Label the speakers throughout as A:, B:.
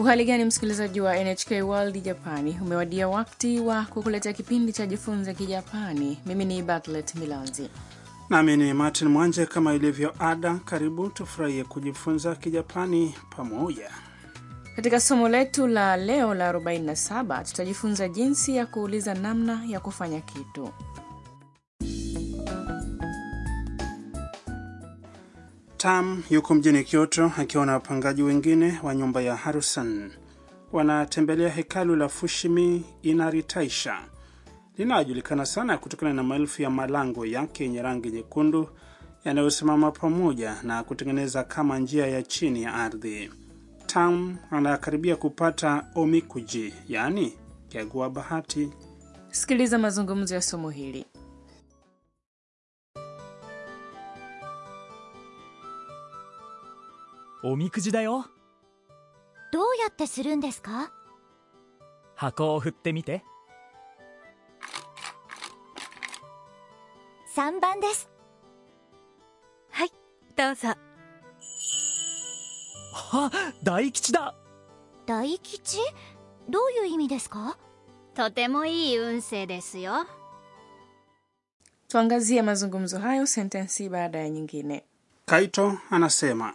A: Uhali gani msikilizaji wa NHK World Japani, umewadia wakati wa kukuletea kipindi cha jifunze Kijapani. Mimi ni Bartlett Milanzi
B: nami ni Martin Mwanje. Kama ilivyo ada, karibu tufurahie kujifunza Kijapani pamoja.
A: Katika somo letu la leo la 47 tutajifunza jinsi ya kuuliza namna ya kufanya kitu.
B: Tam yuko mjini Kyoto akiwa na wapangaji wengine wa nyumba ya Harusan. Wanatembelea hekalu la Fushimi Inaritaisha linalojulikana sana kutokana na maelfu ya malango yake yenye rangi nyekundu yanayosimama pamoja na kutengeneza kama njia ya chini ya ardhi. Tam anakaribia kupata omikuji, yaani kiagua bahati.
A: Sikiliza mazungumzo ya somo hili.
C: おみくじだよ
D: どうやってするんですか
C: 箱を振ってみて
D: 3番ですはいどうぞ
C: あ大吉だ
D: 大吉どういう意味ですか
E: とてもいい運勢ですよ
A: Tuangazie mazungumzo hayo sentensi baada ya nyingine.
B: Kaito anasema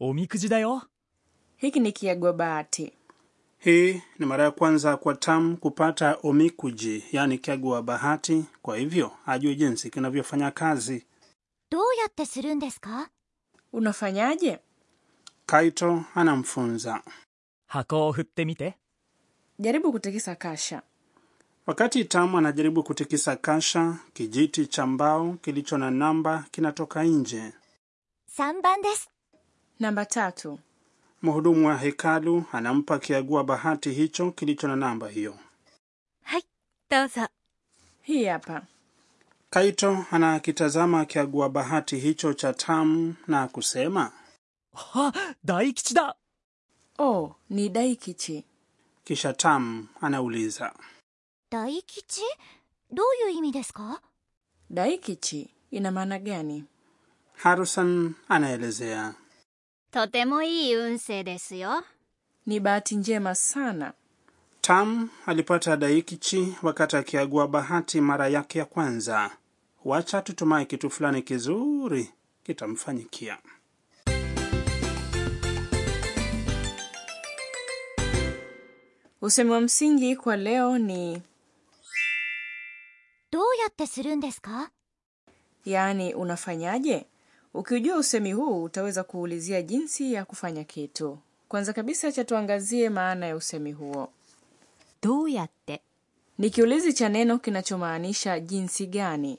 C: おみくじだよ
A: Hiki ni kiagua bahati.
B: hii ni mara ya kwanza kwa Tam kupata omikuji, yaani kiagua bahati, kwa hivyo ajue jinsi kinavyofanya kazi.
D: どうやってするんですか
A: Unafanyaje?
B: Kaito anamfunza.
C: 箱を振ってみて
A: Jaribu kutikisa kasha.
B: Wakati Tamu anajaribu kutikisa kasha, kijiti cha mbao kilicho na namba kinatoka nje.
D: 3番です
A: Namba tatu.
B: Mhudumu wa hekalu anampa kiagua bahati hicho kilicho na namba hiyo.
D: はいどうぞ
A: Hii hapa.
B: Kaito anakitazama kiagua bahati hicho cha Tamu na kusema,
C: あ大吉だ
A: Oh, ni daikichi.
B: kisha Tamu anauliza.
D: 大吉どういう意味ですか
A: Daikichi ina maana gani?
B: Harusan anaelezea.
E: とてもいい運勢ですよ
A: Ni bahati njema sana.
B: Tam alipata daikichi wakati akiagua bahati mara yake ya kwanza. Wacha tutumai kitu fulani kizuri kitamfanyikia.
A: Usemi wa msingi kwa leo ni
D: どうやってするんですか
A: yaani unafanyaje? Ukijua usemi huu utaweza kuulizia jinsi ya kufanya kitu. Kwanza kabisa, cha tuangazie maana ya usemi huo.
D: どうやって
A: Ni kiulizi cha neno kinachomaanisha jinsi gani.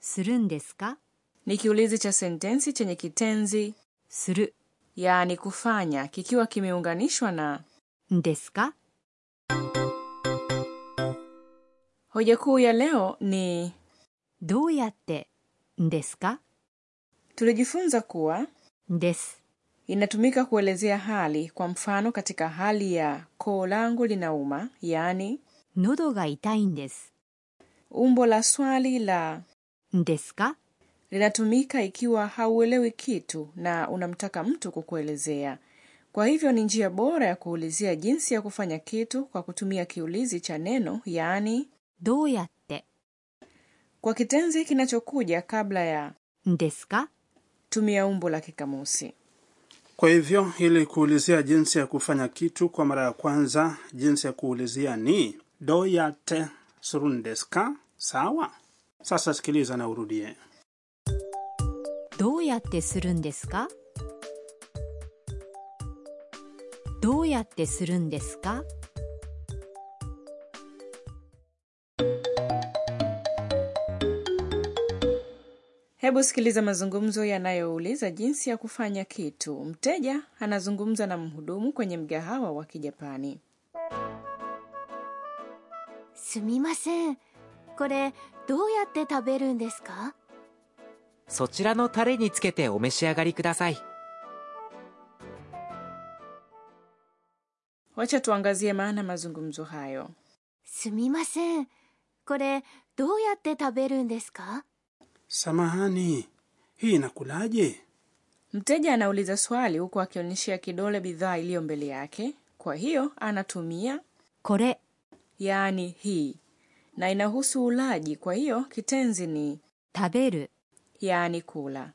D: するんですか
A: Ni kiulizi cha sentensi chenye kitenzi
D: する
A: yaani kufanya kikiwa kimeunganishwa na
D: んですか
A: hoja kuu ya leo ni
D: どうやってんですか
A: tulijifunza kuwa
D: です
A: inatumika kuelezea hali kwa mfano katika hali ya koo langu linauma yaani
D: 喉が痛いんです
A: umbo la swali la
D: んですか
A: linatumika ikiwa hauelewi kitu na unamtaka mtu kukuelezea kwa hivyo ni njia bora ya kuulizia jinsi ya kufanya kitu kwa kutumia kiulizi cha neno yaani
D: どうやって、
A: kwa kitenzi kinachokuja kabla ya
D: んですか
A: tumia umbo la kikamusi
B: Kwa hivyo, ili kuulizia jinsi ya kufanya kitu kwa mara ya kwanza, jinsi ya kuulizia ni doyate surundeska. Sawa, sasa sikiliza na urudie.
D: どうやってするんですかどうやってするんですか
A: Hebu sikiliza mazungumzo yanayouliza jinsi ya kufanya kitu. Mteja anazungumza na mhudumu kwenye mgahawa wa Kijapani.
D: すみませんこれどうやって食べるんですか
F: そちらのタレにつけてお召し上がりください
A: Wacha tuangazie maana mazungumzo hayo.
D: すみませんこれどうやって食べるんですか
B: Samahani, hii inakulaje?
A: Mteja anauliza swali huku akionyeshea kidole bidhaa iliyo mbele yake, kwa hiyo anatumia
D: これ
A: yaani hii, na inahusu ulaji, kwa hiyo kitenzi ni
D: 食べる
A: yaani kula.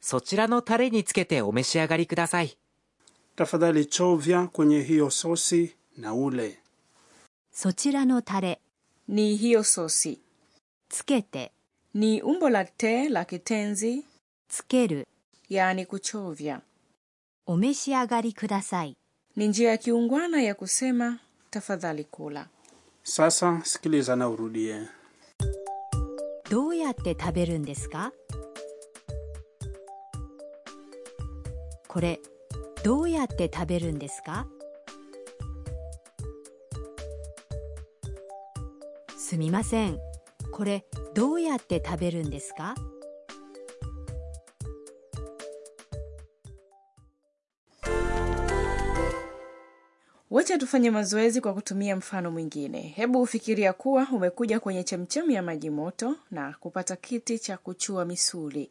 F: そちらのタレにつけてお召し上がりください。
B: Tafadhali chovya kwenye hiyo sosi na ule.
D: そちらのタレ
A: Ni hiyo sosi
D: つけて
A: ni umbo la te la kitenzi
D: つける
A: yaani kuchovya.
D: お召し上がりください
A: Ni njia ya kiungwana ya kusema tafadhali kula.
B: Sasa sikiliza na urudie.
D: どうやって食べるんですかこれどうやって食べるんですかすみませんこれどうやって食べるんですか
A: Wacha tufanye mazoezi kwa kutumia mfano mwingine. Hebu ufikiria kuwa umekuja kwenye chemchemi ya maji moto na kupata kiti cha kuchua misuli.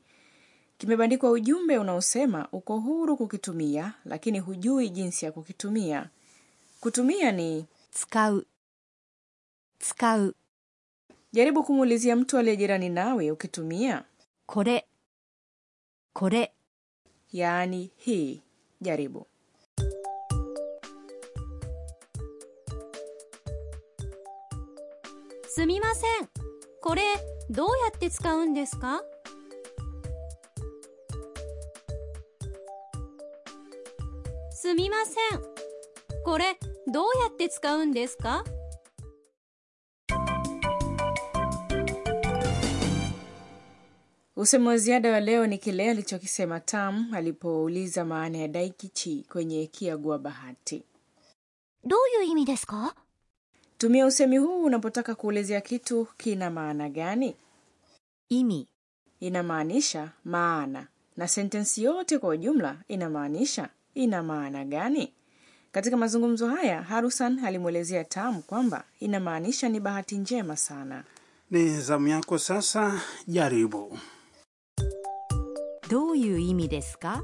A: Kimebandikwa ujumbe unaosema uko huru kukitumia, lakini hujui jinsi ya kukitumia. Kutumia ni
D: 使う使う
A: jaribu kumuulizia mtu aliye jirani nawe ukitumia,
D: これこれ
A: yaani hii. Jaribu
G: すみませんこれどうやって使うんですかすみませんこれどうやって使うんですか
A: Usemi wa ziada wa leo ni kile alichokisema Tam alipouliza maana ya daikichi kwenye kiagua bahati.
D: どういう意味ですか
A: Tumia usemi huu unapotaka kuelezea kitu kina maana gani.
D: 意味
A: Inamaanisha maana, na sentensi yote kwa ujumla inamaanisha ina maana gani. Katika mazungumzo haya, Harusan alimwelezea Tam kwamba inamaanisha ni bahati njema sana.
B: Ni zamu yako sasa, jaribu.
D: どういう意味ですか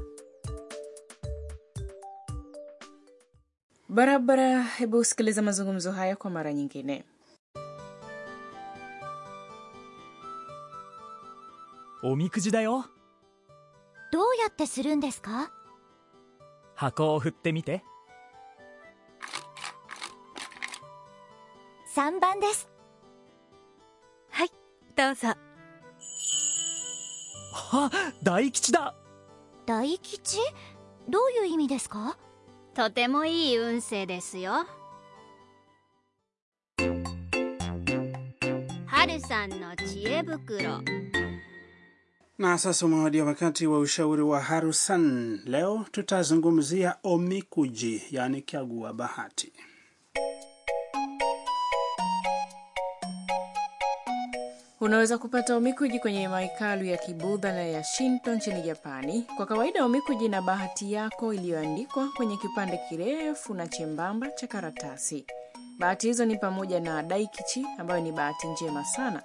A: Barabara, hebu sikiliza mazungumzo haya kwa mara nyingine.
C: おみくじだよ
D: どうやってするんですか
C: 箱を振ってみて
D: 3番ですはいどうぞ
C: あ大吉だ
D: 大吉どういう意味ですか
E: とてもいい運勢ですよはるさんの知恵袋
B: Na sasa umewadia wakati wa ushauri wa Harusan. Leo tutazungumzia omikuji, yaani kiagua bahati.
A: Unaweza kupata omikuji kwenye mahekalu ya Kibudha na ya Shinto nchini Japani. Kwa kawaida, omikuji ina bahati yako iliyoandikwa kwenye kipande kirefu na chembamba cha karatasi. Bahati hizo ni pamoja na daikichi ambayo ni bahati njema sana,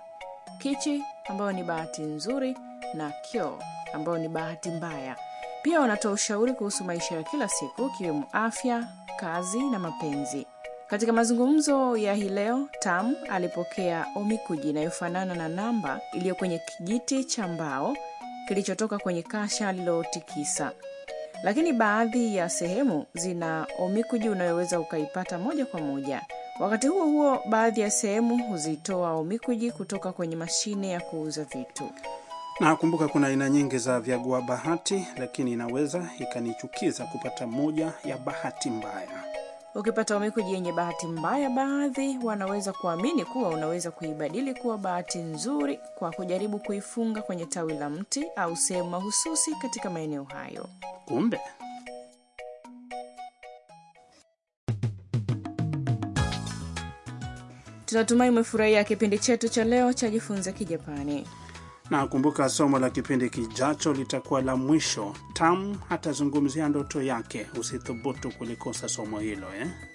A: kichi ambayo ni bahati nzuri na kyo ambayo ni bahati mbaya. Pia wanatoa ushauri kuhusu maisha ya kila siku ikiwemo afya, kazi na mapenzi. Katika mazungumzo ya hii leo, Tam alipokea omikuji inayofanana na namba iliyo kwenye kijiti cha mbao kilichotoka kwenye kasha lilotikisa. Lakini baadhi ya sehemu zina omikuji unayoweza ukaipata moja kwa moja. Wakati huo huo, baadhi ya sehemu huzitoa omikuji kutoka kwenye mashine ya kuuza vitu.
B: Na kumbuka kuna aina nyingi za vyagua bahati, lakini inaweza ikanichukiza kupata moja ya bahati mbaya.
A: Ukipata omikuji yenye bahati mbaya, baadhi wanaweza kuamini kuwa unaweza kuibadili kuwa bahati nzuri kwa kujaribu kuifunga kwenye tawi la mti au sehemu mahususi katika maeneo hayo.
B: Kumbe
A: Tunatumai umefurahia kipindi chetu cha leo cha Jifunze Kijapani.
B: na kumbuka, somo la kipindi kijacho litakuwa la mwisho. Tam atazungumzia ndoto yake. Usithubutu kulikosa somo hilo eh?